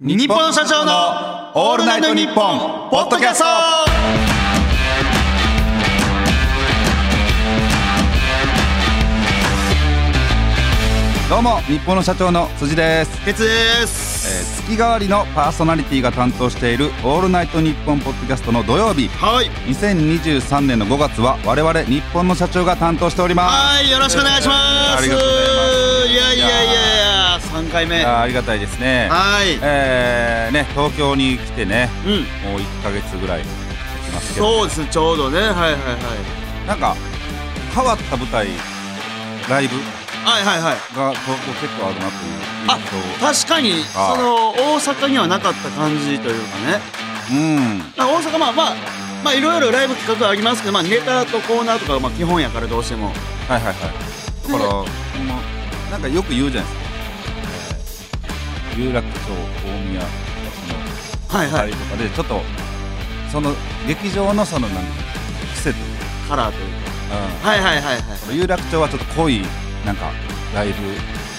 日本社長のオールナイトニッポンポッドキャストどうも日本の社長の辻です、鉄でえす、ー、月替わりのパーソナリティが担当している「オールナイトニッポン」ポッドキャストの土曜日はい2023年の5月は我々日本の社長が担当しておりまはいよろしくお願いします、ありがとうございますいやいやいやいや三回目すはあーありがたいですねいえー、ね東京に来てねうんもう1か月ぐらい経ちますけどそうですねちょうどねはいはいはいなんか変わった舞台ライブはいはいはいが東京結構あるなというあ印象確かにそはいの大阪にはなかった感じというかねうんなんか大阪まあまあまあいろいろライブ企画はありますけど、まあ、ネタとコーナーとかがまあ基本やからどうしてもはいはいはいだから、もうなんかよく言うじゃないですか、えー有楽町大宮とかはいそのは辺い、りとかでちょっとその劇場のそのなんか癖というカラーというか、かはいはいはいはいこの有楽町はちょっと濃いなんかライブ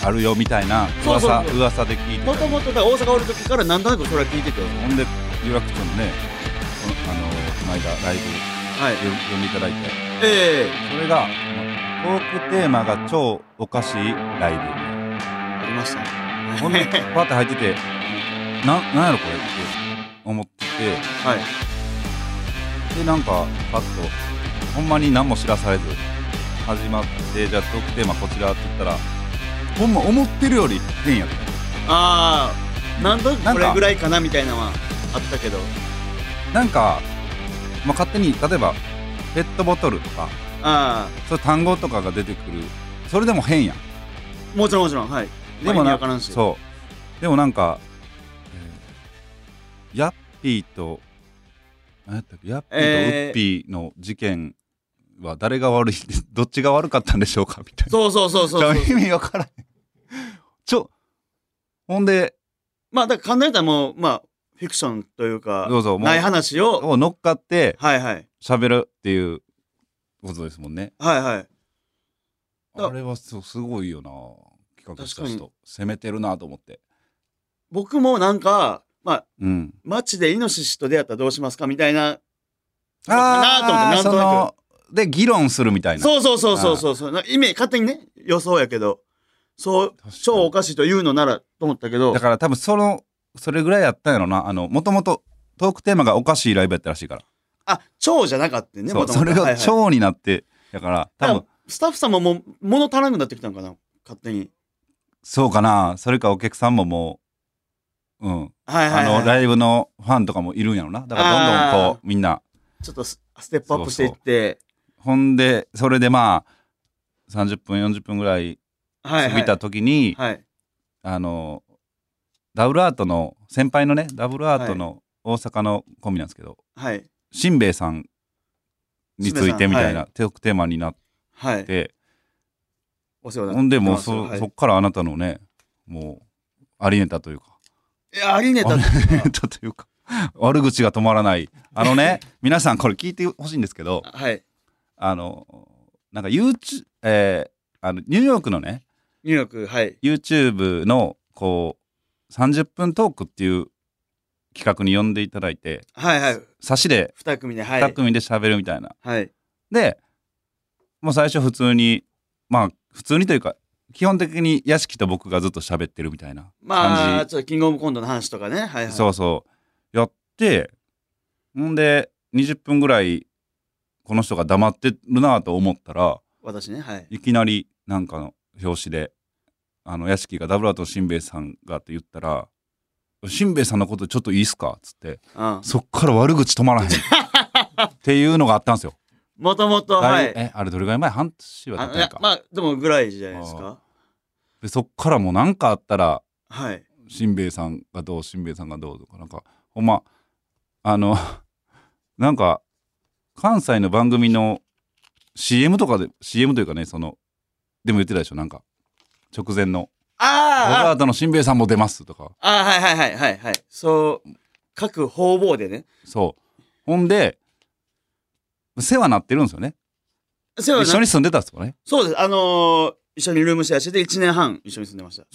あるよみたいなそうそう噂そう噂で聞いてもたとりもと大阪おる時からなんとなくそれは聞いててほんで有楽町のねこのあのこの間ライブはいよ呼んでいただいてええそれがこのトークテーマが超おかしいライブ。ありましたね ほんで、はパッて入ってて、な、なんやろこれって思っていて、で、なんか、パッと、ほんまに何も知らされず、始まって、じゃあトークテーマこちらって言ったら、ほんま思ってるより変やった。ああなんとなくなんこかれぐらいかなみたいなのはあったけどなんか、まあ、勝手に、例えば、ペットボトルとか、あそういう単語とかが出てくる、それでも変やん。あもちろんもちろんはいでもまなあ意味わからんしそう。でもなんか、えーヤッピーと、何やったっけ、ヤッピーとウえーッピーの事件は誰が悪い んで、どっちが悪かったんでしょうかみたいな。そうそうそうそうそう意味わからへん。ちょ、ほんで、まあだから考えたらもうまあフィクションというかどうぞもうない話をを乗っかってはいはい喋るっていうことですもんね。はいはいだあれはそうすごいよな。企画した確か人。攻めてるなと思って。僕もなんかまあうん。街でイノシシと出会ったらどうしますかみたいなあなあんとなくく。で、議論するみたいな。そうそうそうそうそうそうなんかイメージ勝手にね予想やけどそう確かに超おかしいと言うのならと思ったけどだから多分そのそれぐらいやったんやろなあのもともとトークテーマがおかしいライブやったらしいから、あ超じゃなかったよねそう元そ々れはいがはい超になってだから多だ分からスタッフさんももう物足らなくなってきたのかな勝手にそうかなそれかお客さんももううんはいはあい、はい、のライブのファンとかもいるんやろなだからどんどんこうみんなちょっとスステップアップしていってほんでそれでまあ30分40分ぐらいは過いはいぎた時に、はいあのダブルアートの先輩のねダブルアートの大阪のコンビなんですけど、はいしんべヱさんについてみたいなトークテーマになっはいて、お世話にほなっんでてもうますそ,、はいそっからあなたのねもうありネタという かいやありねたあっりていうのはネタというか悪口が止まらないあのね皆さんこれ聞いてほしいんですけどはいあのなんか YouTube、えーあのニューヨークのねニューヨークはい YouTube のこう30分トークっていう企画に呼んでいただいてはいはい差しで二組ではい2組で喋るみたいな、はいでもう最初普通にまあ普通にというか基本的に屋敷と僕がずっと喋ってるみたいなまあ感ちょっとキングオブコントの話とかねはいはじいそうそうやってほんで20分ぐらいこの人が黙ってるなと思ったら私ねはいいきなりなんかの表紙であの屋敷がダブルアートのしんべヱさんがって言ったら「しんべヱさんのことちょっといいっすか?」っつってうんそっから悪口止まらへんっていうのがあったんですよ。もともと はだいえあれどれぐらい前半年は経っあたいんややかまあでもぐらいじゃないですかでそっからもう何かあったらはいしんべヱさんがどうしんべヱさんがどうとかなんかほんまあの なんか関西の番組の CM とかで CM というかねそのでも言ってたでしょなんか直前の「ロあーあバートのしんべヱさんも出ます」とかあーはいはいはいはいはいそう各方々でねそうほんで世話なってるんですよねそれは一な緒に住んでたんですよねそうですあのー一緒にルームシェアしてて1年半一緒に住んでました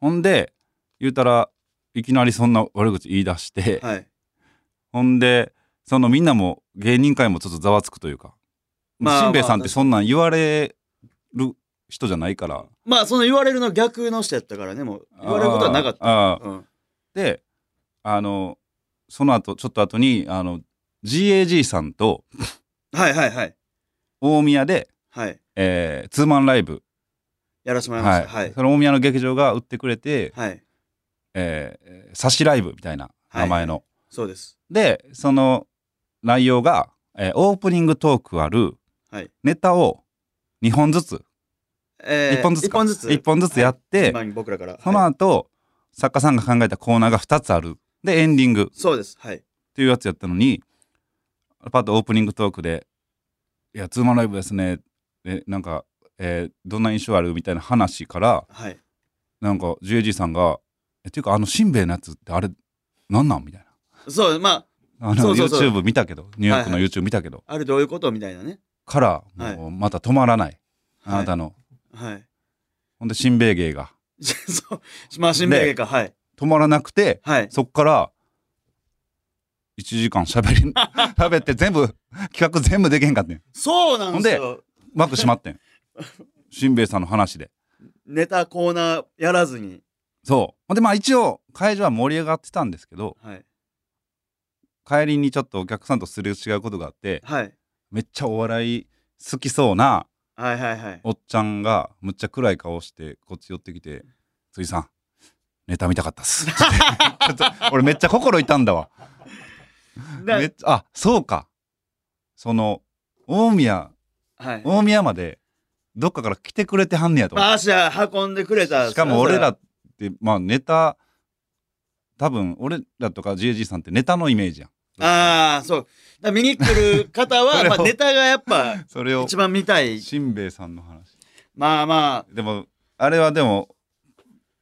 ほんで言うたらいきなりそんな悪口言い出して、はいほんでそのみんなも芸人界もちょっとざわつくというか、まあしんべヱさんってそんなん言われる人じゃないからまあその言われるの逆の人やったからねもう言われることはなかった、たうん、であのその後ちょっと後にあの GAG さんとはいはいはい大宮で、はいえーツーマンライブ、やらせてもらいまはしいたはいその大宮の劇場が売ってくれて、はいえー、サシライブみたいな名前の。そうですでその内容が、えーオープニングトークあるはいネタを2本ずつ、え1本ずつ1本ずつ1本ずつやって、はい順番に僕らからそのはい後、作家さんが考えたコーナーが2つあるでエンディングっそうですはいていうやつやったのにパッとオープニングトークで「いやツーマンライブですね」でなんか、えーどんな印象ある?」みたいな話からはいなんか GAG さんが「えっていうかあのしんべヱのやつってあれなんなん?」みたいな。そうまあのそうそうそう YouTube 見たけどニューヨークのはい YouTube 見たけど、ああれどういうことみたいなねからもうまた止まらない、あはいなたの、はい ほんで新米芸がじゃあそうまあ新兵衛かはい止まらなくてはいそっから1時間しゃべり 喋って全部企画全部できへんかってんそうなんですよ幕閉まってん新兵衛さんの話でネタコーナーやらずにそうほんでまあ一応会場は盛り上がってたんですけどはい帰りにちょっとお客さんとすれ違うことがあってはいめっちゃお笑い好きそうなはいはいはいおっちゃんがむっちゃ暗い顔してこっち寄ってきて「辻さんネタ見たかったっす」 ちょっと俺めっちゃ心痛んだわだめっちゃあそうかその大宮はい大宮までどっかから来てくれてはんねやと思っまあ足運んでくれてたしかも俺らそってまあネタ多分俺らとか GAG さんってネタのイメージやんれはああそうだから見に来る方そ はれをまあネタがやっぱそれを一番見たいしんべヱさんの話まあまでもあれはでも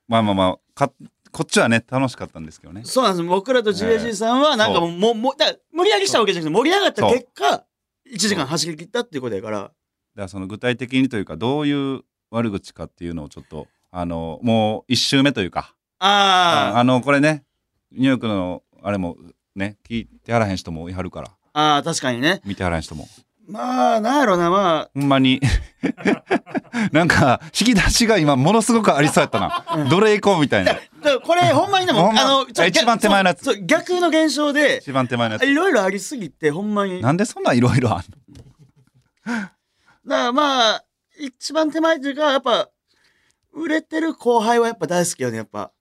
まあまあまあかこっちはね楽しかったんですけどねあそうなんです僕らと GAG さんはなんかもうもうもうだから盛り上げしたわけじゃなくて盛り上がった結果1時間走り切ったっていうことやからだからその具体的にというかどういう悪口かっていうのをちょっとあのもう1周目というかああーのこれねニューヨークのあれもね聞いてはらへん人もいはるからあー確かにね見てはらへん人もまあなんやろなまほんまに なんか引き出しが今ものすごくありそうやったなどれ行こうみたいなあだからこれほんまにでもほんまあのちょ一番手前のやつそうそう逆の現象で一番手前のやいつろいろありすぎてほんまになんでそんないろいろあんのだからまあ、一番手前というか、やっぱ、売れてる後輩はやっぱ大好きよね、やっぱ。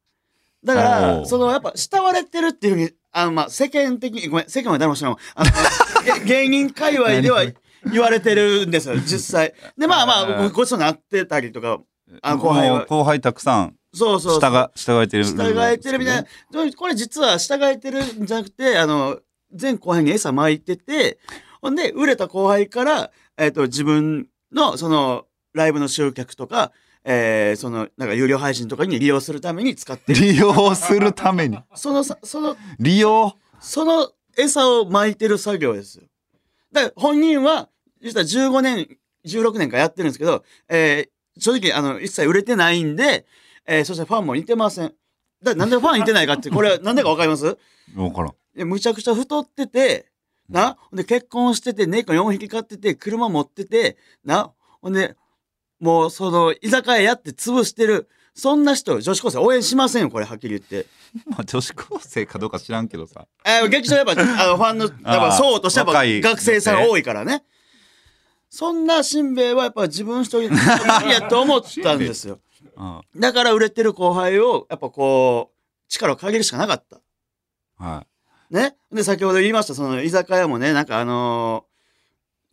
だかおら、ーそのやっぱ、慕われてるっていうふうに、あのまあ、世間的に、ごめん、世間は誰も知らんわ。あの、げ芸人界隈では言われてるんですよ、実際。で、まあまあ、ごごちそうになってたりとか、あの後輩もうは。後輩たくさんそうそうそう。従従えてる従えてるみたいな。これ実は従えてるんじゃなくて、あの、全後輩に餌撒いてて、ほんで、売れた後輩から、えっ、と、自分の、その、ライブの集客とか、えー、その、なんか有料配信とかに利用するために使ってる。利用するため にそのさ、その、利用その餌を撒いてる作業ですよ。だから本人は、実は15年、16年間やってるんですけど、えー正直、あの、一切売れてないんで、えーそしてファンも似てません。だなんでファン似てないかって、これ、なんでかわかります分からんいやむちゃくちゃ太ってて、な、ほんで結婚してて、猫4匹飼ってて、車持ってて、な、ほんで、もうその、居酒屋やって潰してる、そんな人、女子高生応援しませんよ、これ、はっきり言って。まあ女子高生かどうか知らんけどさえー劇場やっぱ、あの、ファンの、やっぱ層としては若やっいぱ学生さん多いからね。そんなしんべヱはやっぱ自分一人で無理やと思ったんですよ。はだから売れてる後輩を、やっぱこう、力を限るしかなかった。いね。で、先ほど言いました、その居酒屋もね、なんかあのー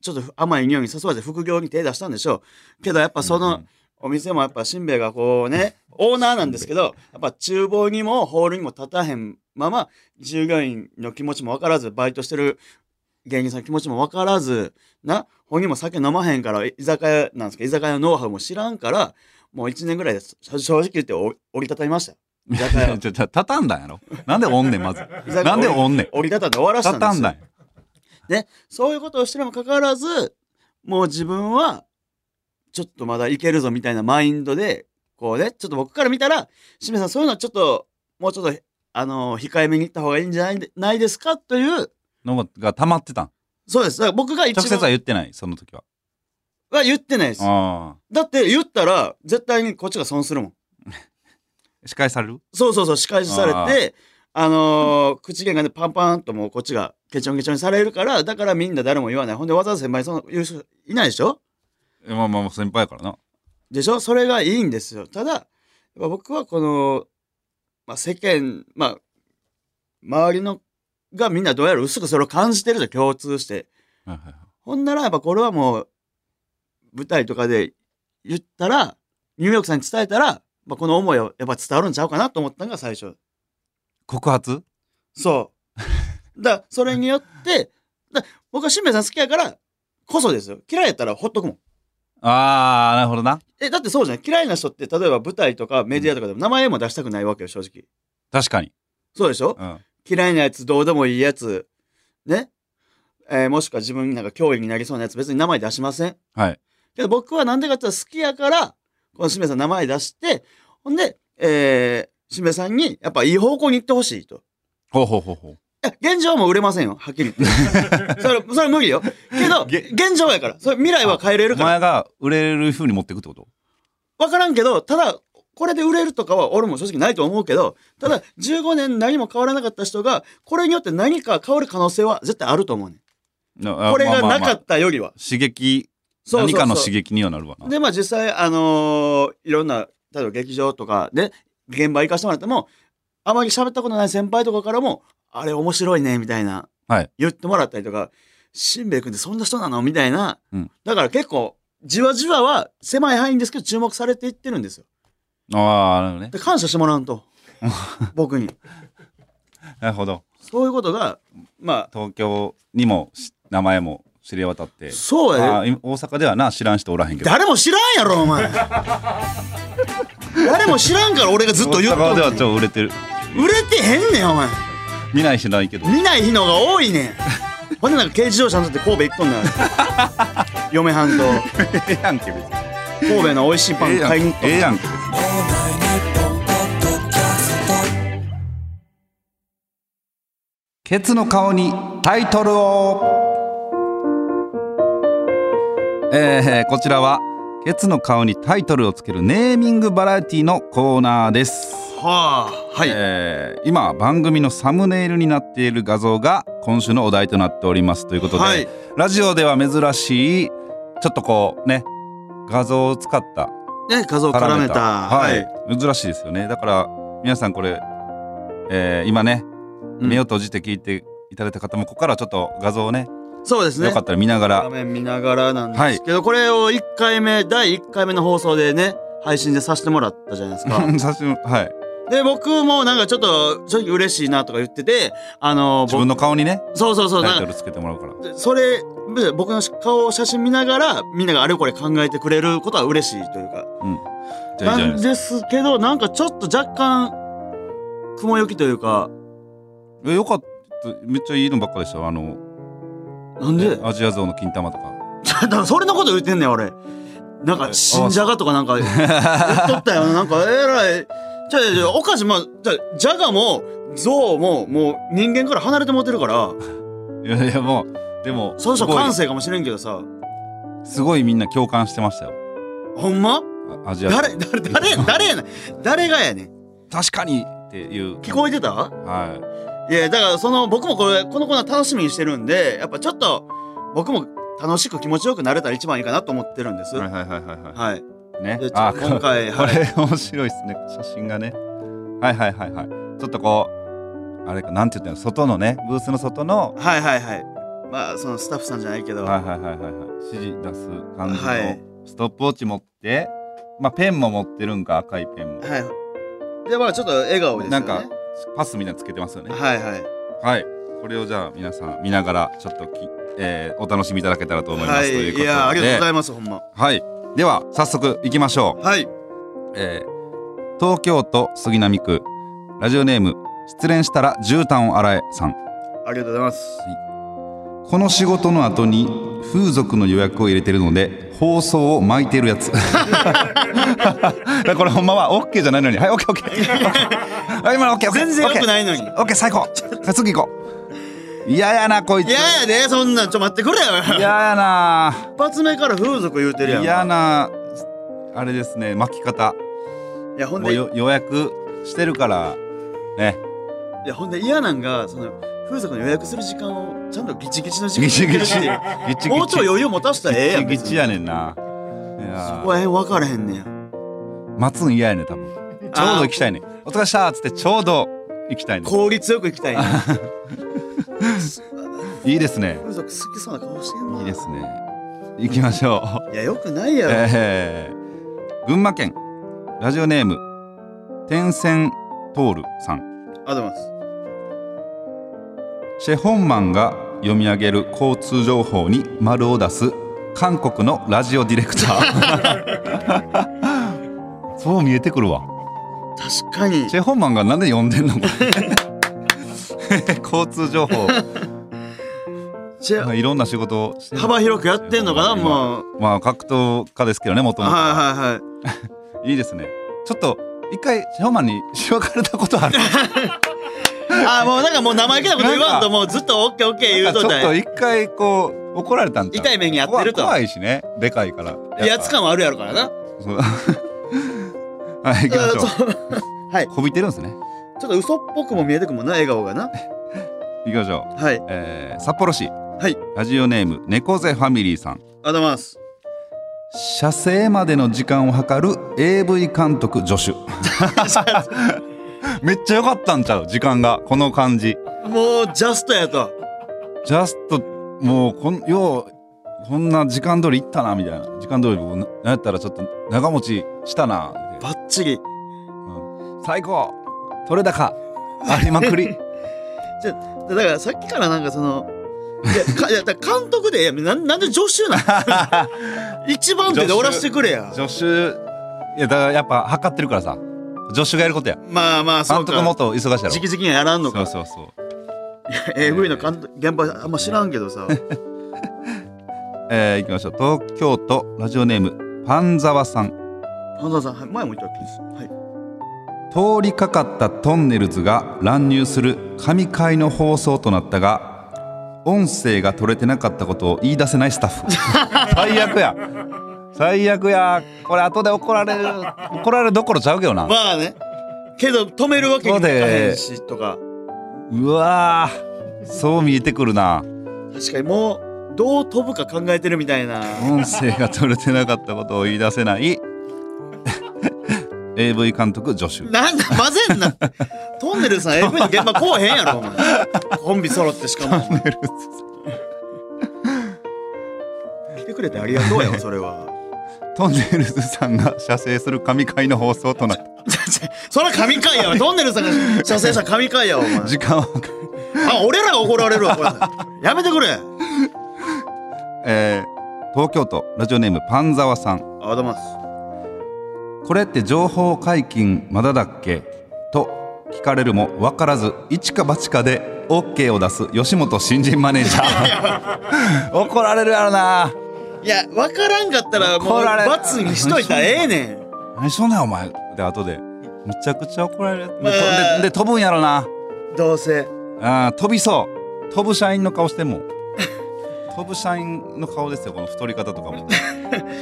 ちょっと甘い匂いに誘われて副業に手出したんでしょう。けどやっぱその、お店もやっぱしんべヱがこうね、オーナーなんですけど、やっぱ厨房にもホールにも立たへんまま、従業員の気持ちもわからず、バイトしてる芸人さんの気持ちもわからず、な、本人も酒飲まへんから、居酒屋なんですけど、居酒屋のノウハウも知らんから、もう1年ぐらいで正正直言って折りたたみましたよ。居 酒屋をじゃたたんだんやろなんでおんねんまず酒屋なんでおんねん折りたたんで終わらせたたんですたよ。んだんやね、そういうことをしてるにもかかわらず、もう自分は、ちょっとまだいけるぞみたいなマインドで、こうね、ちょっと僕から見たら、しめさん、そういうのはちょっと、もうちょっとあの控えめに行った方がいいんじゃないないですかという、のが溜まってたんそうです。だから僕が一直接は番言ってないその時はは言ってないです。あだって言ったら、絶対にこっちが損するもん。あ司会されるそうそうそう、仕返しされて、あのー口喧嘩でパンパンともうこっちがケチョンケチョンにされるから、だからみんな誰も言わない。ほんでわざわざ先輩にその言う人いないでしょえまあまあまあ先輩やからなでしょそれがいいんですよ。ただ、やっぱ僕はこの、まあ、世間、まあ、周りのがみんなどうやら薄くそれを感じてると共通して。はいはいはいほんならやっぱこれはもう、舞台とかで言ったら、ニューヨークさんに伝えたら、まあ、この思いをやっぱ伝わるんちゃうかなと思ったのが最初。告発そう。だそれによって、だ僕はしんべヱさん好きやから、こそですよ。嫌いやったらほっとくもん。ああなるほどなえ、だってそうじゃない嫌いな人って、例えば舞台とかメディアとかでも名前も出したくないわけよ、正直。確かに、そうでしょうん、嫌いなやつ、どうでもいいやつ、ねえーもしくは自分になんか脅威になりそうなやつ、別に名前出しません。はいけど僕はなんでかって言ったら好きやから、このしんべヱさん名前出して、ほんで、えー、しんべヱさんに、やっぱいい方向に行ってほしいと。ほうほうほうほういや現状はもう売れませんよ、はっきり 言って。それ、それは無理よ。けど、げ現状やから。それ未来は変えれるおから。前が売れる風に持っていくってことわからんけど、ただ、これで売れるとかは俺も正直ないと思うけど、ただ、15年何も変わらなかった人が、これによって何か変わる可能性は絶対あると思うねん。なあこれまがあまあなまあかったよりは。刺激そうそうそう何かの刺激にはなるわなで、まあ実際、あのーいろんな、例えば劇場とかで、現場行かせてもらっても、あまり喋ったことない先輩とかからも、あれ面白いね、みたいな、はい言ってもらったりとか、しんべヱ君ってそんな人なのみたいな、うんだから結構、じわじわは狭い範囲ですけど、注目されていってるんですよ。ああなるほどねで感謝してもら うと、僕に。なるほどそういうことが、ま東京にもし名前も知れ渡ってあ、そうやあで。ー今大阪ではな知らん人おらへんけど誰も知らんやろ、お前。誰も知らんから俺がずっと言っ大阪でとはんねんちょっと売れてる売れてへんねん、お前。見ない人ないけど見 ない日の方が多 いねんほんでなんか軽自動車乗って神戸行っとんだよ嫁はんとええやんけ別に神戸の美味しいパええンやん買いに行っとえんえだやよんけ別にケツの顔にタイトルをえー、こちらはケツの顔にタイトルをつけるネーミングバラエティのコーナーです、はあはい、えー今番組のサムネイルになっている画像が今週のお題となっておりますということで、はいラジオでは珍しいちょっとこうね画像を使ったね画像絡めたはい、珍しいですよねだから皆さんこれ、えー今ねうん目を閉じて聞いていただいた方もここからちょっと画像をねそうですねよかったら見ながら画面見ながらなんですけど、これを1回目第1回目の放送でね配信でさせてもらったじゃないですか写真はいで僕もなんかちょっと正直嬉しいなとか言っててあの自分の顔にね僕そうそうそうタイなトんかルつけてもらうからそれで僕の顔写真見ながらみんながあれこれ考えてくれることは嬉しいというかうんじゃあいいじゃないなでんすかですけどなんかちょっと若干雲行きというかえよかっためっちゃいいのばっかでしたよあのなんでアジアゾウの金玉とかだからそれのこと言ってんねん俺なんか新じゃがとかなんか言っとったよなんかえらいじゃあじゃあおかしまあじゃあじゃがも象ももう人間から離れてもってるからいやいやもうでもそのす人ごい感性かもしれんけどさすごいみんな共感してましたよほんまあアジアゾウ誰誰誰誰やねん誰がやねん確かにっていう聞こえてたはいいやだからその僕もこれこのコーナー楽しみにしてるんでやっぱちょっと僕も楽しく気持ちよくなれたら一番いいかなと思ってるんです、はいはいはいはいはいはい。ねでちょあ今回こはれ面白いですね写真がねはいはいはいはいちょっとこうあれかなんて言ったの外のねブースの外のはいはいはい。まあそのスタッフさんじゃないけど。はいはいはいはいはい指示出す感じの、はいストップウォッチ持ってまあペンも持ってるんか赤いペンも、はい。でまあちょっと笑顔ですなよね。んかパスみたいなのつけてますよねはいはい。はいこれをじゃあ皆さん見ながらちょっとき、えーお楽しみいただけたらと思います、はというこい。いとでやありがとうございますほんま。はいでは早速いきましょうはい。えー東京都杉並区ラジオネーム失恋したら絨毯を洗えさんありがとうございます。この仕事の後に風俗の予約を入れてるので放送を巻いてるやつ これほんまは OK じゃないのにはい OKOK はい今の OKOK 全然良くないのに。い OK 最高次行こう嫌やなこいつややで、そんなん、ちょ、待ってくれよ。嫌やな一発目から風俗言うてるやん。嫌なあれですね巻き方いや、ほんもうで、いよ予約してるからねや、ほんで嫌なんが、その、風俗の予約する時間を、ちゃんとギチギチの時ギ間に チギチギチギチもうちょい余裕持たしたらええやん。ギチギチやねんなそいこやら辺分からへんねや。待つん嫌やねん多分ちょうど行きたいねんお疲れっしたっつってちょうど行きたいねん効率よく行きたいね。いいですね風俗好きそうな顔してんの。いいですね行きましょういや、よくないやろ。えー群馬県ラジオネーム天線トールさんありがとうございます。シェホンマンが読み上げる交通情報に丸を出す韓国のラジオディレクター そう見えてくるわ確かにシェホンマンがなんで読んでんのこれ 交通情報チまあェいろんな仕事をしてる幅広くやってんのかなもうまあ格闘家ですけどね元々はいはいはいいいですねちょっと一回シェホンマンにしばかれたことあるあーもうなんかもう生意気なこと言わんなんかともうずっとオッケーオッケー 言なんうかちょとっっとたい一回こう怒られたんちゃう痛い目に遭ってると怖い怖いしねでかいからやつか感はあるやろからな はい行きましょうんそう はいちうこびてるんですねょっと嘘っぽくも見えてくもんな笑顔がな行きましょう、はいえー、札幌市はいラジオネーム猫背ファミリーさんあざます射精までの時間を測る AV 監督助手 めっちゃ良かったんちゃう時間がこの感じもうジャストやとジャストもうこんようこんな時間通り行ったなみたいな時間通り僕なんやったらちょっと長持ちしたなバッチリ最高取れ高ありまく りだからさっきからなんかそのいやかいやだから監督でええやんなんなんで助手なん 一番手でおらしてくれや助手いやだからやっぱ測ってるからさ助手がやることやまあまあそ監う督もっかと忙しいやろ直々にはやらんのそかうそうそう AV の監督現場あんま知らんけどさえー、いきましょう東京都ラジオネームパンザワさん半沢さんはい前も言ったっけですはい通りかかったトンネルズが乱入する神回の放送となったが音声が取れてなかったことを言い出せないスタッフ最悪や最悪やこれ後で怒られる怒られるどころちゃうけどなまあね。けど止めるわけにもいかへんしとか。うわーそう見えてくるな確かにもうどう飛ぶか考えてるみたいな。音声が取れてなかったことを言い出せない AV 監督助手なんだ混ぜん な。トンネルさん AV の現場来おへんやろお前。コンビ揃ってしかも。来てくれてありがとうやわそれは。トンネルズさんが射精する神回の放送となっ そら神回やわ。トンネルさんが射精したら神回やわお前た。時間を、あ俺らが怒られるわこれ。 やめてくれ。ありがとえー東京都ラジオネームパンザワさんうございます。これって情報解禁まだだっけと聞かれるも分からず一か八かで OK を出す吉本新人マネージャー怒られるやろないやわからんかったらも怒うられる罰にしといたらええねん。何しとんねんお前で後でむちゃくちゃ怒られる、でまあとでで飛ぶんやろなどうせ。あー飛びそう飛ぶ社員の顔しても飛ぶ社員の顔ですよこの太り方とかも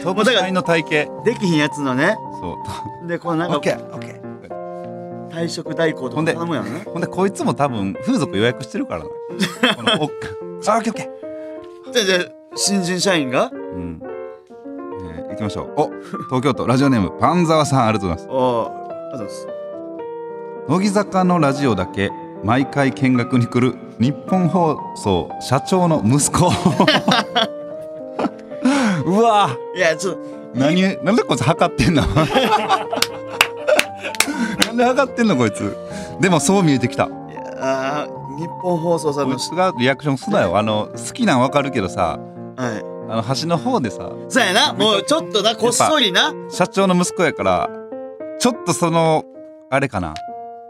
飛ぶ社員の体型できひんやつのね。そうでこうなんオッかケーオッケー退職代行とほんかで頼むやろね。ほんでこいつも多分風俗予約してるからなこのオッケ ーあオッケーオッケーでで新人社員がうん、えー、行きましょうお東京都ラジオネームパンザワさんありがとうございますおーありがとうござい乃木坂のラジオだけ毎回見学に来る日本放送社長の息子 うわぁます。いやちょっと何なんでこいつ測ってん のなんで測ってんのこいつでもそう見えてきたこいやあー日本放送さんのいつがリアクションすなよあの好きなんわかるけどさはあの端の方でさい。そうやなもうちょっとなこっそりな。社長の息子やからちょっとそのあれかな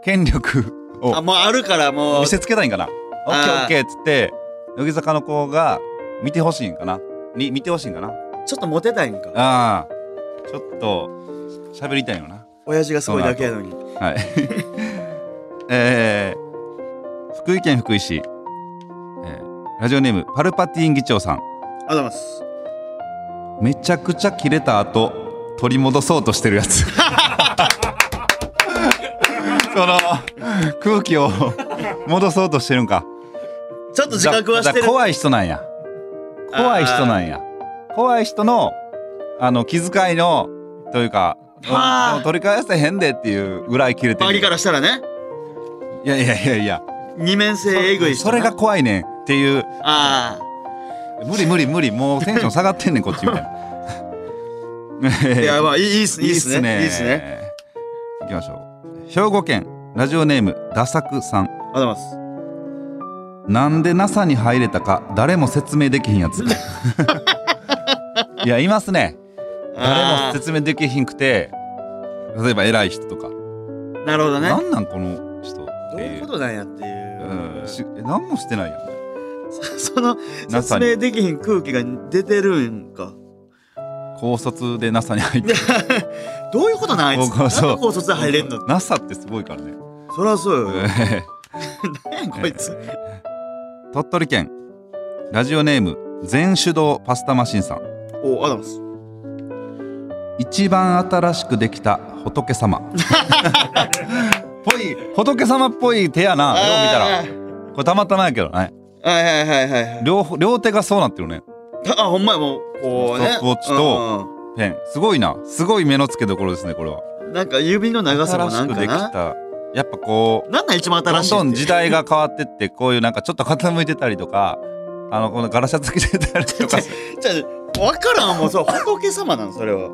権力あをもうあるからもう見せつけたいんかなオッケーオあーッケーっつって乃木坂の子が見てほしいんかなに見てほしいんかなちょっとモテたいんかああちょっと喋りたいよな親父がすごいだけやのにはい えー、福井県福井市、えーラジオネームパルパティーン議長さんありがとうございますめちゃくちゃ切れた後取り戻そうとしてるやつ その空気を戻そうとしてるんかちょっと自覚はしてだだる怖い人なんや怖い人なんや怖い人のあの気遣いのというかはあもう取り返せへんでっていうぐらい切れて周るりからしたらねいやいやいやいや二面性えぐい人それが怖いねんっていうあ無理無理無理もうテンション下がってんねんこっちみたいなあいやまあいいいいっすいいっすねいいっすね行きましょう兵庫県ラジオネームダサクさんありがとうございますなんで NASA に入れたか誰も説明できひんや ついやいますね誰あも説明できひんくて例えば偉い人とか、ーなるほどねなんなんこの人っどうていいううことなんやっていう、うん、しえ何もしてないやんその NASA 説に明できひん空気が出てるんか高卒で NASA に入ってどういうことなんあいつ高校そうなんで高卒で入れんの NASA ってすごいからねそりゃそうよ、ええ何やんこいつ鳥取県ラジオネーム全手動パスタマシンさんおありがとうございま一番新しくできた仏様 ぽい仏様っぽい手やなよう見たらすよこれたまたまやけどね見たらはいはいはいはいはい両方両手がそうなってるねあほんまやもうこうねストップウォッチとうんペンすごいなすごい目の付けどころですねこれはうんなんか指の長さもなん新しくかできなたやっぱこうなんなん一番ど新しんいどん時代がが変わってってこういうなんかちょっと傾いてたりとかあのこのガラシャつけてたり とかじゃあ分からんもうそう仏様なのそれは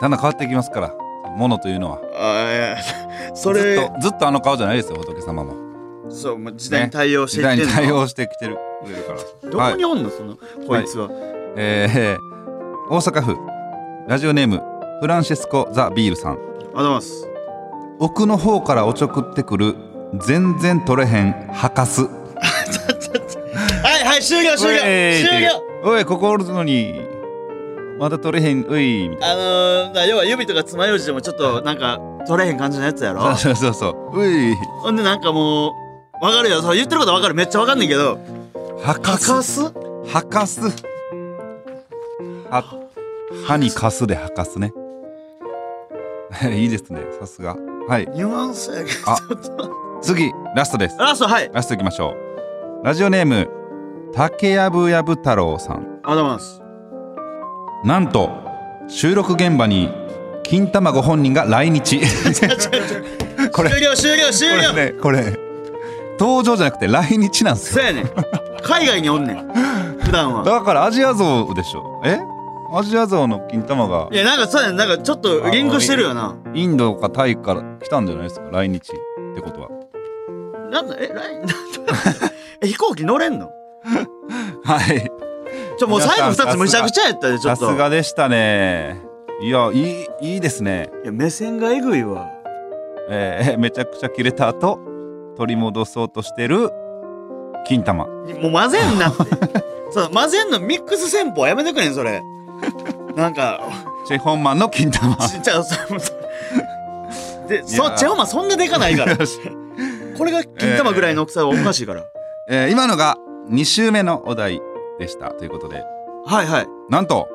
だんだん変わってきますからものというのはあいやそずれっとずっとあの顔じゃないですよ仏様もそうもう時代に対応して時いって代んにの、対応してきてるくれるからどはこいにおんのそのこいつは、えー大阪府ラジオネームフランシスコ・ザ・ビールさんありがとうございます奥の方からおちょくってくる全然取れへんはかすはいはい終了終了終了おいここおるのにまだ取れへんういみたいあのー、だ要は指とか爪楊枝でもちょっとなんか取れへん感じのやつやろな そうそうそうういほんでなんかもうわかるよそう言ってることわかるめっちゃわかんねんけどはかかすかすはかすは歯にかすではかすね いいですねさすがはいニュアンスやけどあちょっと次ラストですラストはいありがラストいきましょうラジオネーム竹やぶやぶ太郎さんとうございますなんと収録現場に金玉ご本人が来 日これ終了終了終これ了ねこれ登場じゃなくて来日なんですそようやねん海外におんねん普段はだからアジア像でしょえアジア像の金玉がいやなんかそうやねんなんかちょっとリンクしてるよなインドかタイから来たんじゃないですか来日ってことはなんだえラインなんだ え飛行機乗れんのはいちょもう最後二つむちゃくちゃやったでちょさっすとがでしたねいやいいいいですねいや目線がえぐいわえーめちゃくちゃ切れた後取り戻そうとしてる金玉もう混ぜんなってそう混ぜんのミックス戦法はやめてくれんそれなんかチェ・ホンマンの金玉ちちゃうそでそチェホンマンそんなでかないからよしこれが金玉ぐらいの大きさはおかしいから、 えー今のが2週目のお題でしたということではいはいなんと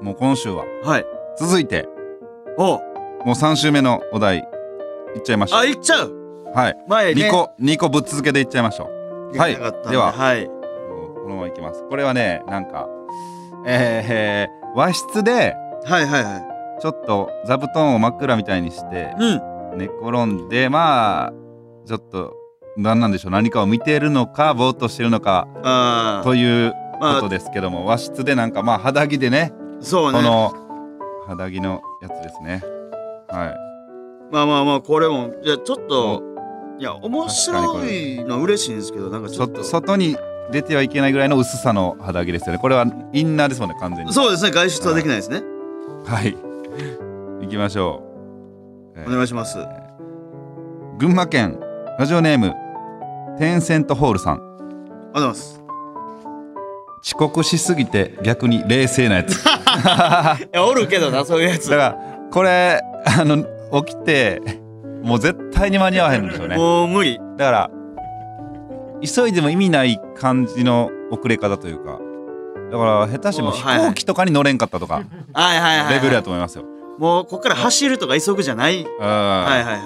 もう今週ははい続いておうもう3週目のお題いっちゃいましょあういっちゃうはい前ね2個2個ぶっ続けていっちゃいましょうはいいけなかったんでははいもうこのままいきますこれはねなんかえー、和室ではいはいはちょっと座布団を枕みたいにしていうん寝転んでまあちょっと何なんでしょう何かを見てるのかぼーっとしてるのかあーというこまとあですけども和室でなんかまあ肌着でねそうこねの肌着のやつですねはまあまあまあこれもいやちょっともいや面白いのは嬉しいんですけどなんかいちちょょっっととそ外に出てはいけないぐらいの薄さの肌着ですよねこれはインナーですもんね完全にうですね外出はできないですねはい行きましょう、えおー願いしますあ群馬県ラジオネームテンセントホールさんりがとうございます遅刻しすぎて逆に冷静なや つだかいやおるけどなそういうやつらこれ あの起きてもう絶対に間に合わへんんですよねもう無理だから急いでも意味ない感じの遅れ方というかだから下手しても飛行機とかに乗れんかったとかはいはいはいレベルやと思いますよ。もうこっから走るとか急ぐじゃないはいはいはい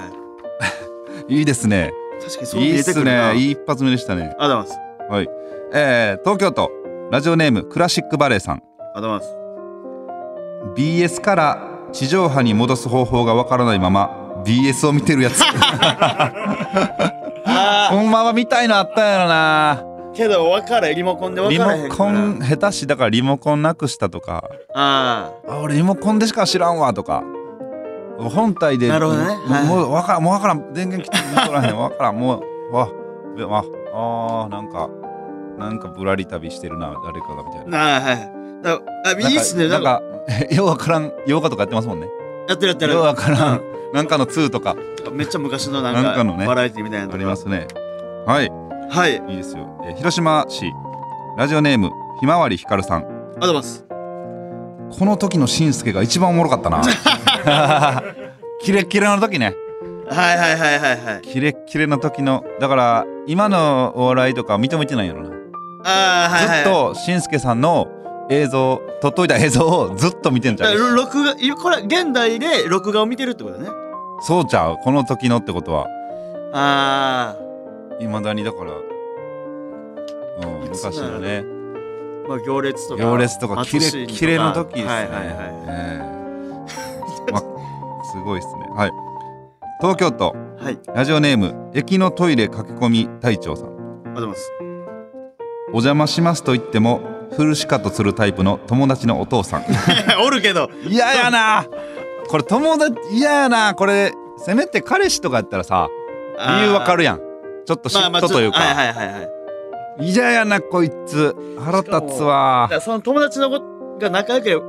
うんいいですね。確かにいそう見いえってすくるなね。いい一発目でしたね。ありがとうございますはい。えー、東京都ラジオネームクラシックバレエさん。ありがとうございます BS から地上波に戻す方法がわからないまま BS を見てる やつ。あほんまは見たいのあったんやろな。ーけど分からへんリモコンで分リからへモんかコらン下手しだからリモコンなくしたとか。ああ俺リモコンでしか知らんわとか本体でなるほどねもうはいもうわからんもうわからん電源切っても らへんわからんもうわわあーなんかなんかぶらり旅してるな誰かがみたいあななあはいだあいいっすねななんんかかなんか ようわからん洋歌とかやってますもんねやってるやってるようわからんなんかの2とかめっちゃ昔のなんかなんかのねバラエティみたいなのありますねはいはいありがいいですよ、えー広島市ラジオネームひまわりひかるさんとうございますこの時のしんすけが一番おもろかったな キレッキレの時ねはいはいはいはいはいキレッキレの時のだから今のお笑いとか認めてないんやろな、ああはいはいずっとしんすけさんの映像撮っといた映像をずっと見てんちだゃからうろ録画いこれ現代で録画を見てるってことだねそうちゃうこの時のってことはあいまだにだから、うん、いつだ昔ろうのねあまあ行列とか行列とかキ松レシーンッとかキレの時ですね、はいはいはええ ま、すごいですねはい東京都いはいありがとラジオネーム駅のトイレ駆け込み隊長さんうございますお邪魔しますと言ってもフルシカとするタイプの友達のお父さんい やおるけど 嫌やなこれ友達嫌やなこれせめて彼氏とかやったらさ理由わかるるやんちょっと嫉妬というはいかはいはいはい嫌、だやなこいつ腹立つわからその友達の子が仲良ければ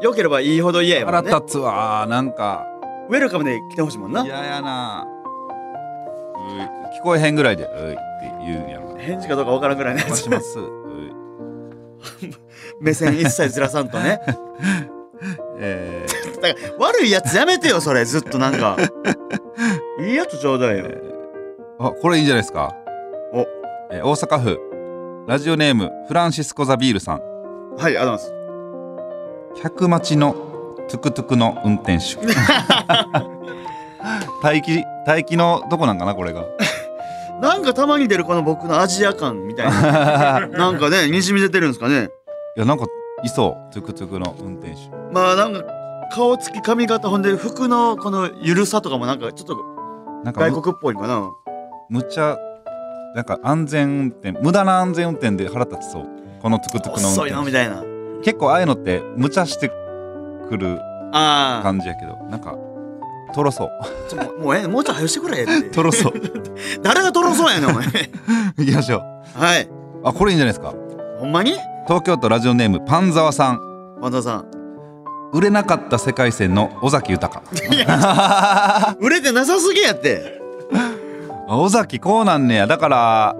良ければいいほど嫌やも腹んね立つわなんかウェルカムで来てほしいもんな嫌やなうい聞こえへんぐらいで「うい」って言うやろ返事かどうかわからんぐらいのやお邪魔つし ますうい 目線一切ずらさんと ねえーだから悪いやつやめてよそれずっとなんかいいやつちょうだいよあこれいいんじゃないですかおえー大阪府ラジオネームフランシスコ・ザ・ビールさんはいありがとうございます客待ちのトゥクトゥクの運転手 待機待機のとこなんかなこれがなんかたまに出るこの僕のアジア感みたい ななんかねにじみ出てるんですかねいやなんかいそうトゥクトゥクの運転手まあなんか顔つき髪型ほんで服のこのゆるさとかもなんかちょっとなんか外む国っぽいんかなむちゃなんか安全運転無駄な安全運転で腹立ちそうこのトゥクトゥクの運遅いの転み手たいな結構ああいうのって無茶してくるあ感じやけどなんかとろ そうあちょもうもうええもうちょい早よしてくれって とろそう誰がとろそうやね んお前行きましょうはいあこれいいんじゃないですかほんまに東京都ラジオネームパンザワさん万田さん売れなかった世界線の尾崎豊売れてなさすぎやって尾崎こうなんねやだから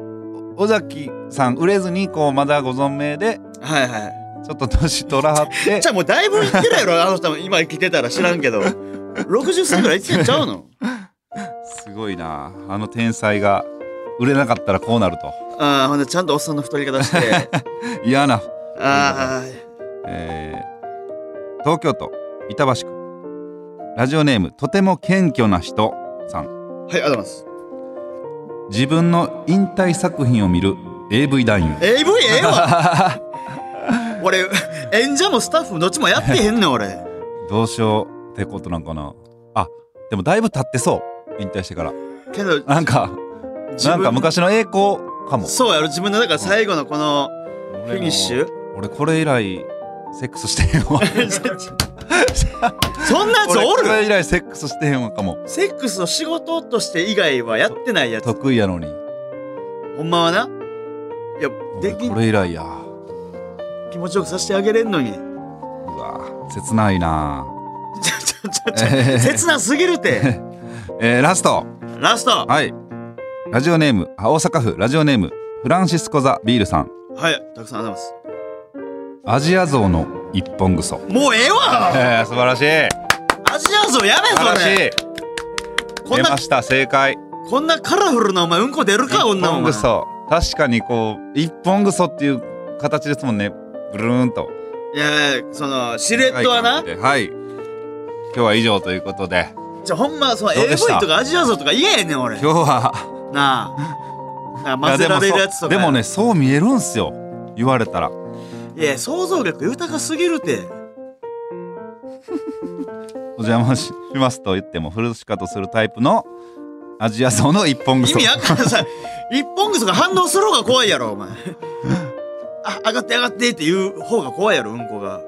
尾崎さん売れずにこうまだご存命ではいはいちょっと年取らはっ てじゃあもうだいぶいってる やろあの人も今生きてたら知らんけど60歳ぐらいいってんちゃ うのすごいなあの天才が売れなかったらこうなるとああほんでちゃんとおっさんの太り方して 嫌な、ああえー東京都板橋区ラジオネームとても謙虚な人さんはい、ありがとうございます。自分の引退作品を見る AV 男優 AV ええわ俺、演者もスタッフもどっちもやってへんねん、俺。どうしようってことなんかなあでもだいぶ経ってそう引退してからけど、なんか自な分んか昔の栄光かもそうやろ、自分のだから最後のこのフィニッシュ。俺これ以来セックスしてへん わそんなやつ俺おこれる以来セックスしてへんわかもセックスの仕事として以外はやってないやつ。得意やのにほんまはな。いや、で俺きこれ以来や気持ちよくさせてあげれん のに。うわ切ないなちょ、ちょ、ちょ、ちょ、切なすぎる て。えーラストラスト。はいラジオネームあ大阪府ラジオネームフランシスコ・ザ・ビールさんはい、たくさんありがとうございます。アジア像の一本ぐそ。もうええわえー、素晴らしい。アジア像やめ素晴そられしい。こん出なました正解。こんなカラフルなお前うんこ出る一か女お本前ぐそ。確かにこう一本ぐそっていう形ですもんね。ブルーンと。いやいやそのシルエットはなはい。今日は以上ということで、じゃほんまそのどう AV でしたとかアジア像とか言えへんねん俺な今日はあなあ 混ぜられるやついやでもそうとかでもねそう見えるんすよ。言われたら。いや想像力豊かすぎるってお邪魔しますと言ってもフルシカとするタイプのアジア層の一本ぐ意そ味あかんさ 一本ぐそが反応する方が怖いやろお前 あ上がって上がってって言う方が怖いやろうんこが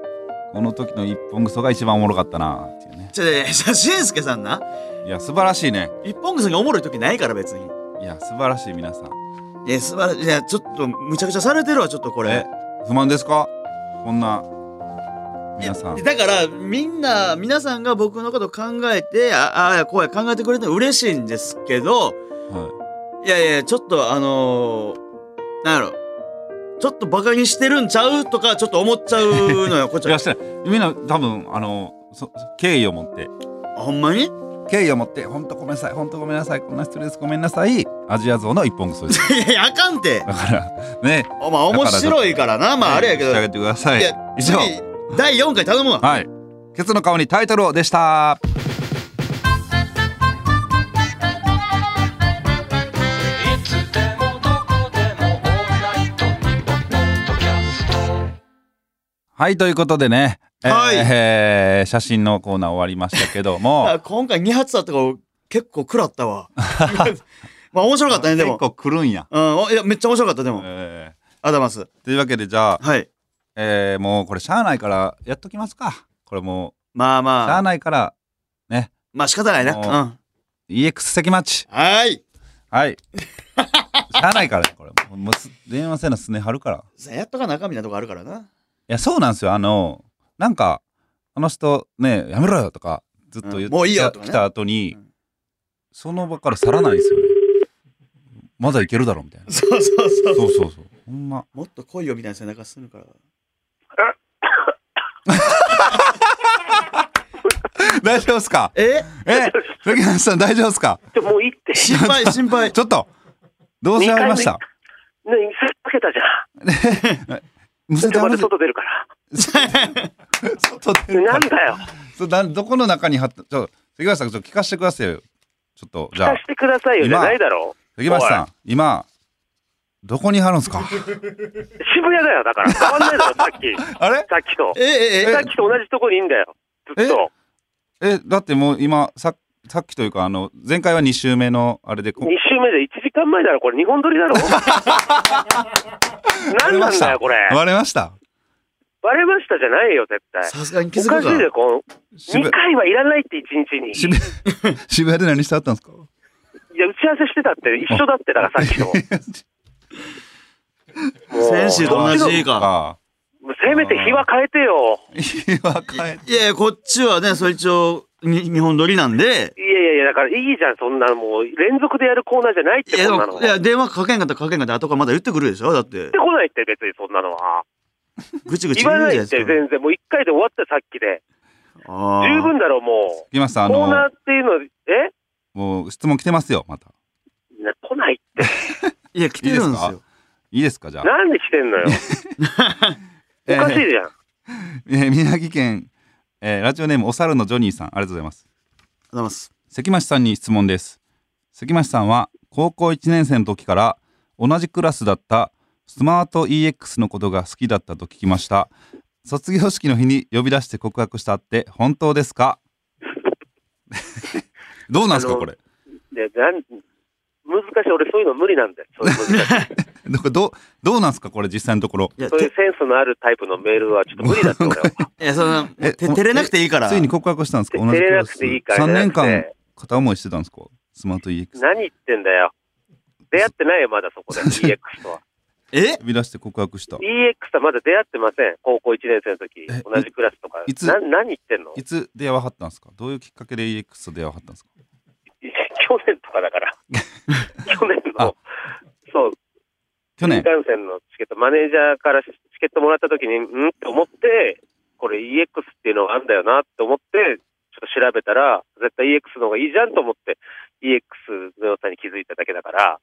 この時の一本ぐそが一番おもろかったなっていうねじゃあしんすけさんないや素晴らしいね一本ぐそがおもろい時ないから別にいや素晴らしい皆さんえ素晴らしいいやちょっとむちゃくちゃされてるわちょっとこれ不満ですかこんな皆さんだからみんな皆さんが僕のこと考えてああーこうや考えてくれて嬉しいんですけどはいやいやちょっとあのー、なんやろちょっとバカにしてるんちゃうとかちょっと思っちゃう のよこっい、ちいやはしてないみんな多分あのそ敬意を持ってあほんまに 敬意を持って本当ごめんなさい本当ごめんなさいこんな失礼ですごめんなさいアジア像の一本ぐそです いやいやあかんてだからねお前面白いからなまああれやけどしてあげてくださいいや以上次第4回頼むわはいケツの顔にタイトルをでしたいつでもどこでもオールナイトニッポンポッドキャストはいということでね、えーはいえー写真のコーナー終わりましたけども あ今回2発だったから結構食らったわまあ面白かったねで結も構来るんや、うんおいやめっちゃ面白かったでもありがえとうございますーというわけでじゃあ、はいえーもうこれしゃあないからやっときますかこれもまうしあゃまああないからまあ仕方ないなもううんは EX 席マッチーいはい しゃあないからねこれもうもうす電話せなすね張るからいさやっとかなあかんみたいなとこあるからなやそうなんですよあのなんかあの人ねやめろよとかずっと言うっんもういいよてとかねきた後に、うんその場から去らないんですよねまだいけるだろみたいなそうそうそうそうそうそうほん まもっと来いよみたいな背中するから。大丈夫ですか え え関根さん大丈夫ですかちょもういいって。心配、心配。ちょっとどうせありましたね、すりかけたじゃん。むちょせっとたまむたせ外出るから。外出るかならんだよ。そうだどこの中に貼ったちょ関橋さんちょっと聞かせてくださいよちょっとじ聞ゃあかしてくださいよじゃ今ないだろう。関橋さん今どこに貼るんです か渋谷だよ、だから。変わんないだろ、さ っき。あれさっきと。え、え、え、さっきと同じとこにいんだよ。ずっと。えだってもう今ささっきというかあの前回は2週目のあれでこ2週目で1時間前だろ、これ。日本撮 りだろ。何なんだよ、これ。割れましたバレましたじゃないよ、絶対。さすがに気づおくかかしいで、この。渋2回はいらないって、1日に。渋渋谷で何してあったんですかいや、打ち合わせしてたって、一緒だって、だからさっきと。も う先週と 同じか。かせめて日は変えてよ。言い訳変えいやいや、こっちはね、それ一応、に日本撮りなんで、いやいやいや、だからいいじゃん、そんなもう、連続でやるコーナーじゃないっいて、や、でこんなの。も、いやっや、電話かけんかったらかけんかったら後からまだ言ってくるでしょだってて、こないって、別にそんなのは。ぐちぐち言言わうなじいゃないっでて、すか。全然、もう一回で終わった、さっきで。あ十ー分だろ、も来ましたう。あコーナーのっていうの、えもう質問来てますよまたな来ないって。いや、来てるんですいいでよ。いいですかじゃあなんで来てんのよ。おかしいじゃん。えー宮城県、えーラジオネームお猿のジョニーさんありがとうございますありがとうございます。関町さんに質問です関町さんは高校1年生の時から同じクラスだったスマート EX のことが好きだったと聞きました卒業式の日に呼び出して告白したって本当です かどうなんですかあのこれで、なん、難しい。俺、そういうの無理なんだよ。そういう難しいどこどうどうなんですかこれ実際のところいや、そういうてセンスのあるタイプのメールは、ちょっと無理だって、俺は。いや、その、えて照れなくていいから。ついに告白したんですか照 同じクれラなスくていいから3じゃな年くて間片思いしてたんですかスマート EX 何言ってんだよ。出会ってないよ、まだそこで、EX とは。え呼び出して告白した EX はまだ出会ってません高校1年生の時え同じクラスとかいつな何言ってんの いつ出会わはったんですかどういうきっかけで EX と出会わはったんですか 去年とかだから去年あのそう去年新幹線のチケット、マネージャーからチケットもらった時に、んって思って、これ EX っていうのがあるんだよなって思って、ちょっと調べたら、絶対 EX の方がいいじゃんと思って、EX の良さに気づいただけだから、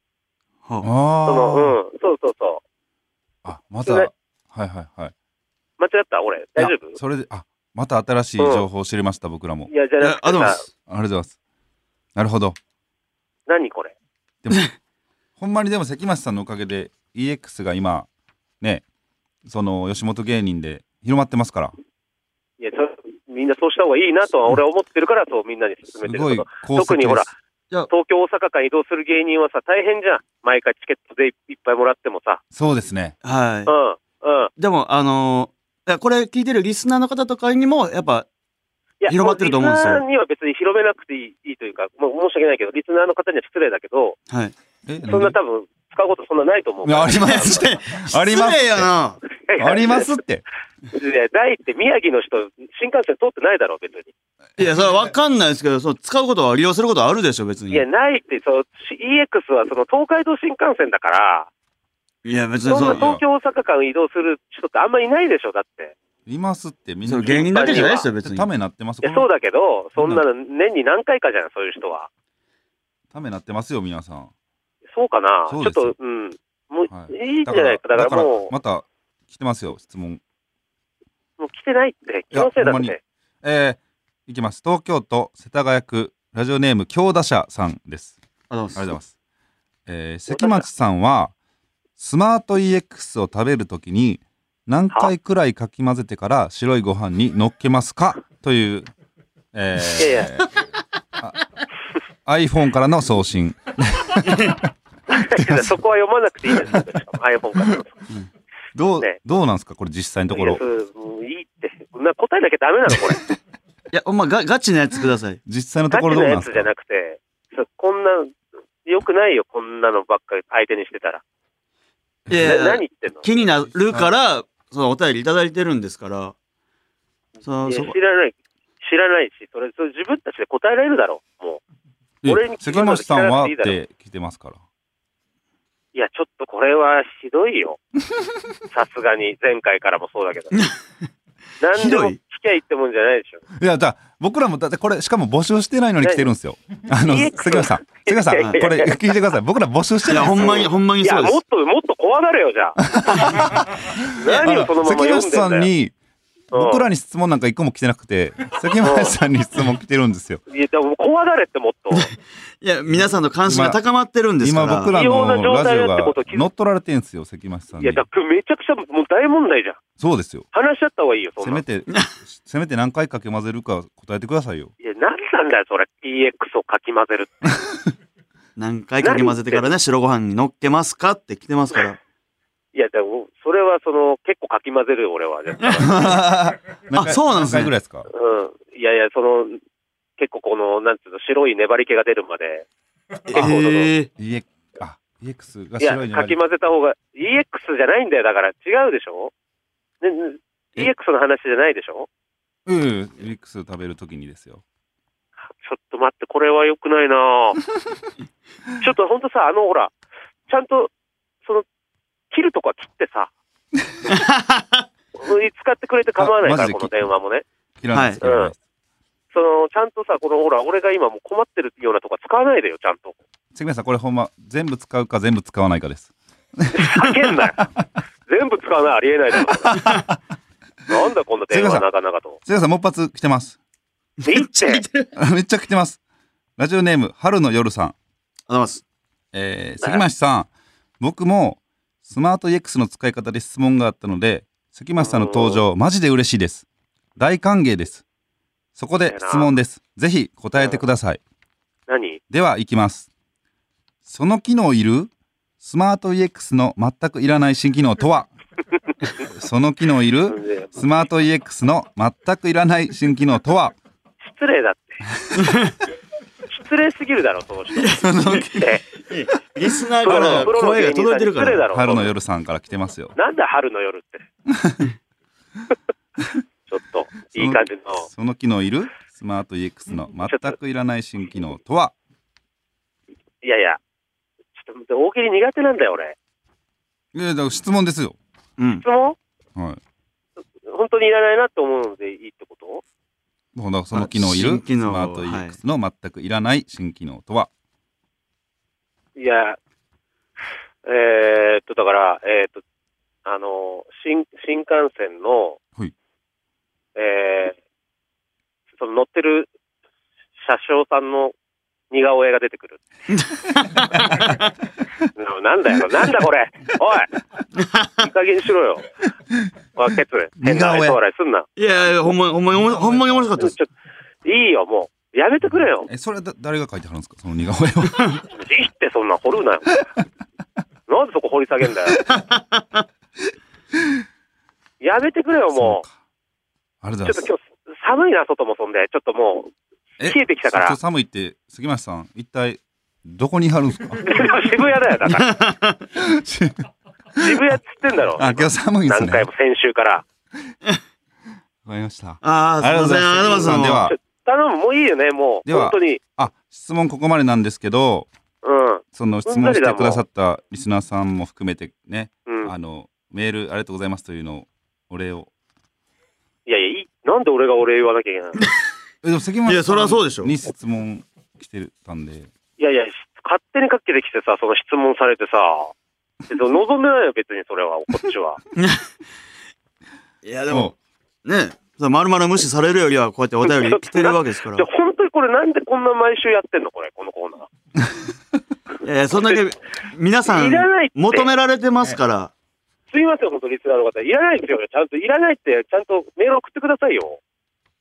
はあそーの、うん、そうそうそう。あまたそはいれはいはい間違った俺、大丈いや夫それであまた新しい情報を知りました、僕らもいや、じゃあ、いなやくあでてもさ、ありがとうございますなるほど何これでもほんまにでも関町さんのおかげで EX が今ねその吉本芸人で広まってますからいや、そみんなそうした方がいいなとは俺は思ってるから、そうみんなにす勧めてるごいその功績特にほでらす東京、大阪間移動する芸人はさ、大変じゃん。毎回チケットでいっぱいもらってもさ。そうですねはうん、うん。い。でも、あのーいやこれ聞いてるリスナーの方とかにも、やっぱ、いや広まってると思うんですよもリスナーには別に広めなくていいいいというか、もう申し訳ないけど、リスナーの方には失礼だけど、はい。えそんななんで多分、使うことそんなないと思う いやあります失礼 ありますよな。ありますっていや、第一って宮城の人、新幹線通ってないだろ、別に。いや、それはわかんないですけど、そう使うことは利用することはあるでしょ、別に。いや、ないって、そう、し EX はその東海道新幹線だから、いや、別そにんそなう。東京、大阪間移動する人ってあんまいないでしょ、だって。いますってみんそなの芸人だけじゃないですよ、別に。ためになってますいや、そうだだけど、そんなの年に何回かじゃん、そういう人は。ためになってますよ皆さんそうかなそうちょですよっと、うん。もう、、はいいんじゃないか。だからもう、また来てますよ質問もう来てないって、い気やのせいだっほんまにて。えー、いきます東京都世田谷区ラジオネーム強打者さんですありがとうごありがとうござざいいま。ますす。えー関町さんはスマート EX を食べるときに何回くらいかき混ぜてから白いご飯に乗っけますかという、えーいやいあ iPhone からの送信 そこは読まなくていいで すよ。iPhone から。どうねどうなんですかこれ実際のところいやそうもういいって。な答えなきゃダメなの、これ。いや、ほんまガ、ガチなやつください。実 際のとさっこきろどのうなんやでつすじゃかなくて、そうこんな、よくないよ、こんなのばっかり相手にしてたら。いやいなや何言ってんの気になるから、そのお便りいただいてるんですから。そいのそやこ知らない。知らないし、それ、それ自分たちで答えられるだろう、もう。え俺に聞関かな町くてさんはっ聞かなくていいて来てますからいや、ちょっとこれはひどいよ。さすがに、前回からもそうだけど。何ひでどもい聞きゃいいってもんじゃないでしょ。いやじゃあ僕らもだってこれしかも募集してないのに来てるんですよあの EX 関町さん関町さんこれ聞いてください僕ら募集していないや、んですよほんまに、ほんまにいそや、うですもっ。と、もっと怖がれよ、じゃあ。何をそのまま読んでん関町さだんよ。にうん僕らに質問なんか一個も来てなくて関町さんに質問来てるんですよいや、でも怖がれってもっと。いや、皆さんの関心が高まってるんですか今ら。僕らのラジオが乗っ取られてんすよ関町さんいや、にだからめちゃくちゃもう大問題じゃん。そうですよ話し合った方がいいよ、そせんなめん。いてせめて何回かけ混ぜるか答えてくださいよや、何なんだよ、それ。EX をかき混ぜるって。何回かき混ぜてからね、白ご飯に乗っけますかって来てま すから。いや、でも、それはその、結構かき混ぜるよ、俺は。うん。あそうなんです何ね回ぐらいですかいやいや、その、結構この、なんていうの、白い粘り気が出るまで。結構その、え EX あ EX がいや、白いじゃなかいでき混ぜた方が、EX じゃないんだよ、だから。違うでしょ、ねね、え ?EX の話じゃないでしょうんうん EX 食べるときにですよちょっと待って、これは良くないな ぁちょっとほんとさ、あの、ほら、ちゃんと、その、切るとこは切っ てさ、使ってくれて構わないかあマら、ジでこ切のっ電話もね。嫌いですはい嫌いですその、ちゃんとさ、このほら、俺が今もう困ってるようなとこは使わないでよ、ちゃんと。関町さんこれほんま全部使うか全部使わないかですかけ んなよ全部使わない、ありえないだろ。 なんだこんな電話なかなかと。関町さんもう一発来てます いいー、めっっ ちゃて来、てる。あめっちゃ来てますラジオネーム春の夜さんありがとうございます。えー、関町さん僕もスマート EX の使い方で質問があったので関町さんの登場マジで嬉しいです大歓迎ですそこで質問ですぜひ答えてください何では行きますその機能いるスマート EX の全くいらない新機能とはその機能いるスマート EX の全くいらない新機能とは失礼だって。失礼すぎるだろ、その人。ね リスナープかロのらプロの声芸が人届さいんてにるか失礼ら。だろ。春の夜さんから来てますよなんだ春の夜 って。ちょっと、いい感じの。その機能いるスマート EX の全くいらない新機能とはいやいや、ちょっと大喜利苦手なんだよ、俺。いやだから質問ですよ。うん質。問はい。本当にいらないなって思うのでいいってことだからその機能いる新機ス能マートはい EX の全くいらない新機能とは、いや、えー、っと、だから、えー、っと、あの、新、新幹線の、はいえー、その乗ってる車掌さんの似顔絵が出てくる。 ななんだよ、なんだこれおいいい加減にしろよ。わ、ケツ。似顔絵変な愛想笑いすんな。いやいや、ほんまに、ほんまに、ほんまに面白かったです。ちょっといいよ、もう。やめてくれよ。えそれはだ誰が書いてはるんですかその似顔絵はじいってそんな掘る なよ。なんでそこ掘り下げんだよ。やめてくれよ、そもうかあれう。だちょっと今日寒いな、外もそんで。ちょっともう、冷えてきたかちょらっと。寒いって杉町さん一体どこにいはるん ですか 渋谷だよ、だから。渋谷っつってんだろ。あ今日寒いです何ねわ回もか先週から。りましたああ、すいません、ありがとうございます。では頼む、もういいよね、もう。では本当に。あ質問ここまでなんですけどうん。その質問してくださったリスナーさんも含めてね、うん、あのメールありがとうございますというのをお礼をいやいやいい、なんで俺が俺言わなきゃいけないのえでも関町さんいやそれはそうでしょに質問来てたんでいやいや、勝手にかけてきてさ、その質問されてさ。でも望んでないよ、別にそれは、こっ ちは。いや、でも、ね、まるまる無視されるよりは、こうやってお便り来てるわけ ですから。じゃあ本当にこれなんでこんな毎週やってんのこれ、このコーナー。いやいや、そんだけ、皆さんいらないって、求められてますから。すいません、本当リスナーの方。いらないですよ。ちゃんと、いらないって、ちゃんとメール送ってくださいよ。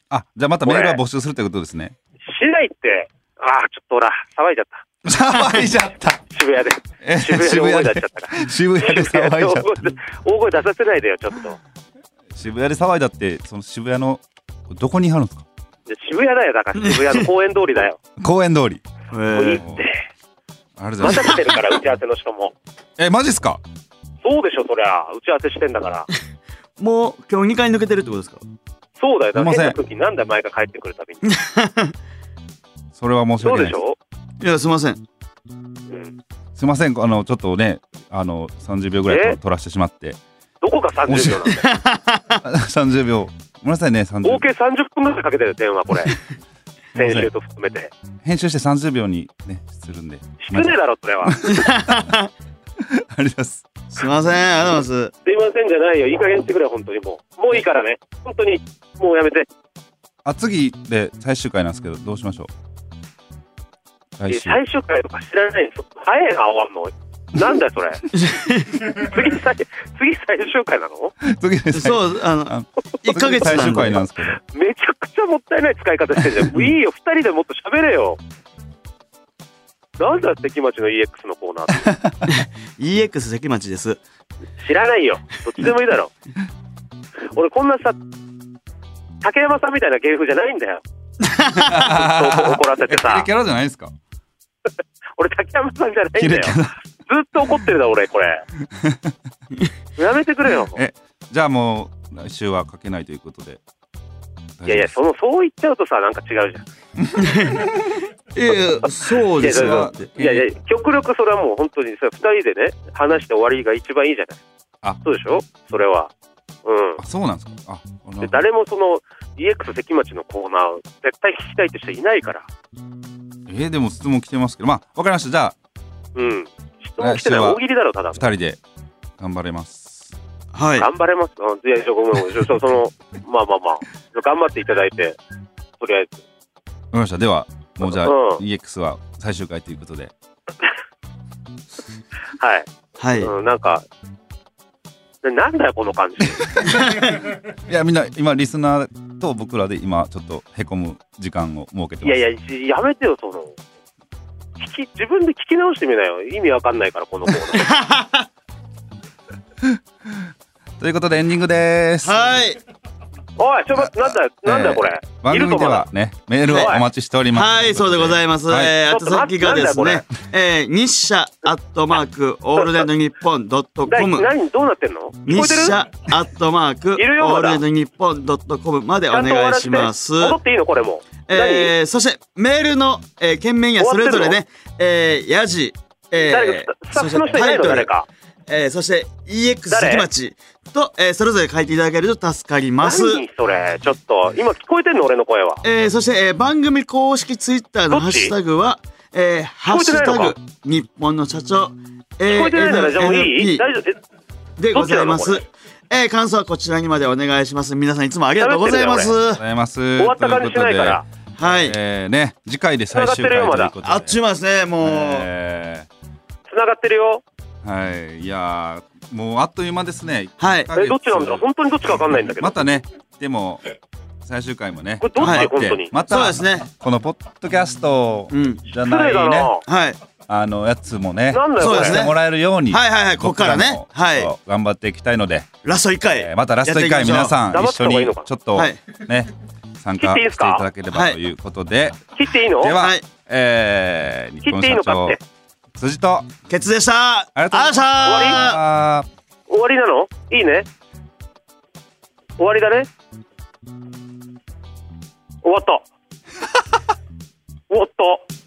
あじゃあまたメールは募集するってことですねしないって、ああ、ちょっとほら、騒いじゃった。騒いじゃった 渋谷で。え渋谷で大声出しちゃったから。渋谷で渋 谷騒いじでゃっ大声出大声出させないでよ、ちょっと。でた渋谷で騒いだってその渋谷のどこにあるんですか渋谷だよ、だから渋谷の公園通りだ よ。公園通りえもういいーって。あれだ待たせてる から、打ち合わせの人も。えマジっすかそうでしょ、そりゃ。打ち合わせしてんだから。もう、今日2回抜けてるってことですかそうだよ、だからすい変まなせん時なんだよ、前が帰ってくるたびに。それは申しそう訳でないしょいや、すいません。うん。すいませんあのちょっとねあの30秒ぐらいえ取らしてしまって どこが30秒なんだよ。あ30秒ごめんなさいね30合計30分ぐらいかけてる電話こ れすいま先せ週んと含めて編集して30秒にねするんで失礼だろそれはすありますすいません、ありがとうございます。いませんじゃないよいい加減にしてくれよ本当にもうもういいからね本当にもうやめてあ次で最終回なんですけどどうしましょう来え週最終回とか知らないの早いな終わんのなんだよそれ次最次最終回なの次 で最そう、あのあ、 1ヶ月最な終ん回なんでで。すけどめちゃくちゃもったいない使い方してんじゃんもういいよ2人でもっと喋れよなんだって関町の EX のコーナーって EX 関町です。知らないよどっちでもいいだろ俺こんなさ竹山さんみたいな芸風じゃないんだよ怒らせてさキレキャラじゃないですか俺竹山さんじゃないキんレだよキずャラっと怒ってるだ俺 これやめてくれよえじゃあもう来週はかけないということでいやいやそのそう言っちゃうとさなんか違うじゃんいやいや、そうですいやよ。だだっていやいや極力それはもう本当にさ二人でね話して終わりが一番いいじゃないあそうでしょそれはうんあそうなんですかああので誰もその EX 関町のコーナーを絶対聞きたいって人いないからえーでも質問来てますけどまあわかりましたじゃあうん質問来てない大喜利だろただの二人で頑張れますはい。頑張れます。うん、いや、ちょごめんごめ ん。ちょその、まあまあまあ、頑張っていただいて、とりあえず。わかりましたではもうじゃあ、うん EX は最終回ということではい。はい。うん、なんか、ななんだよ、この感じ。いやみんな今リスナーと僕らで今ちょっとへこむ時間を設けていまやすいや、じやめてよ、その。聞き自分で聞き直してみなよ。意味わかんないから、このコーナー。ということでエンディングですはい。おい、ちょ、待って、なんだ、なんだこれ。番いる組とでまだは。ねメールをお待ちしておりますはい、そうでございます。はいえー、あと先がですちょね、えー、日社アットマークオールナイトニッポンドットだコいム。何、どうなってんの聞こえ日てるちゃん社アットマークオいるよーまルナだイトニッポンドットコムまでおと終わ願いらせしてます。戻っていいのこれも。えー、そしてメールの、えー、件名にはそれぞれね、えー、やじ、誰えかスター、スタッフの人いないのそして誰か。えーそして EX 関町と、えーそれぞれ書いていただけると助かります。何それちょっと今聞こえてんの俺の声はえーそして、えー番組公式ツイッターのハどッっちシュタグは、えーハッシュタグ、日本の社長、聞こえてないならじゃあもうい ANP い大丈夫えでございまどすっちなの。えー感想はこちらにまでお願いします。皆さんいつもありがとうございます。ございます。終わった感じしないからはい。えー、ね、次回で最終回ということで。あっちゅう間ですね、もう。え繋がってるよーはい、いやー、もうあっという間ですね。はい。えどっちなんだろう本当にどっちかわかんないんだけどまたね、でも、最終回もねこれ、どっち、はい本当にまそうたで、すね。このポッドキャストうん。じゃ失な礼だいね、なはい。あのやつもね、なんだよそうこれですしねてもらえるように、はいはいはいこっからね僕もはいそう頑張っていきたいので、ラスト1え回。ーまたラスト1やっ回ていきましょう皆さん頑張一った緒方がいいにのかちょっとはいね、参加して切っいいてでいすかただければはいということで、切っていいのでは、はいえー、日切っ本ていい社のか長って辻とケツでした。ありがとうございますありがとうございましたあー終わりなのいいね終わりだね終わった終わった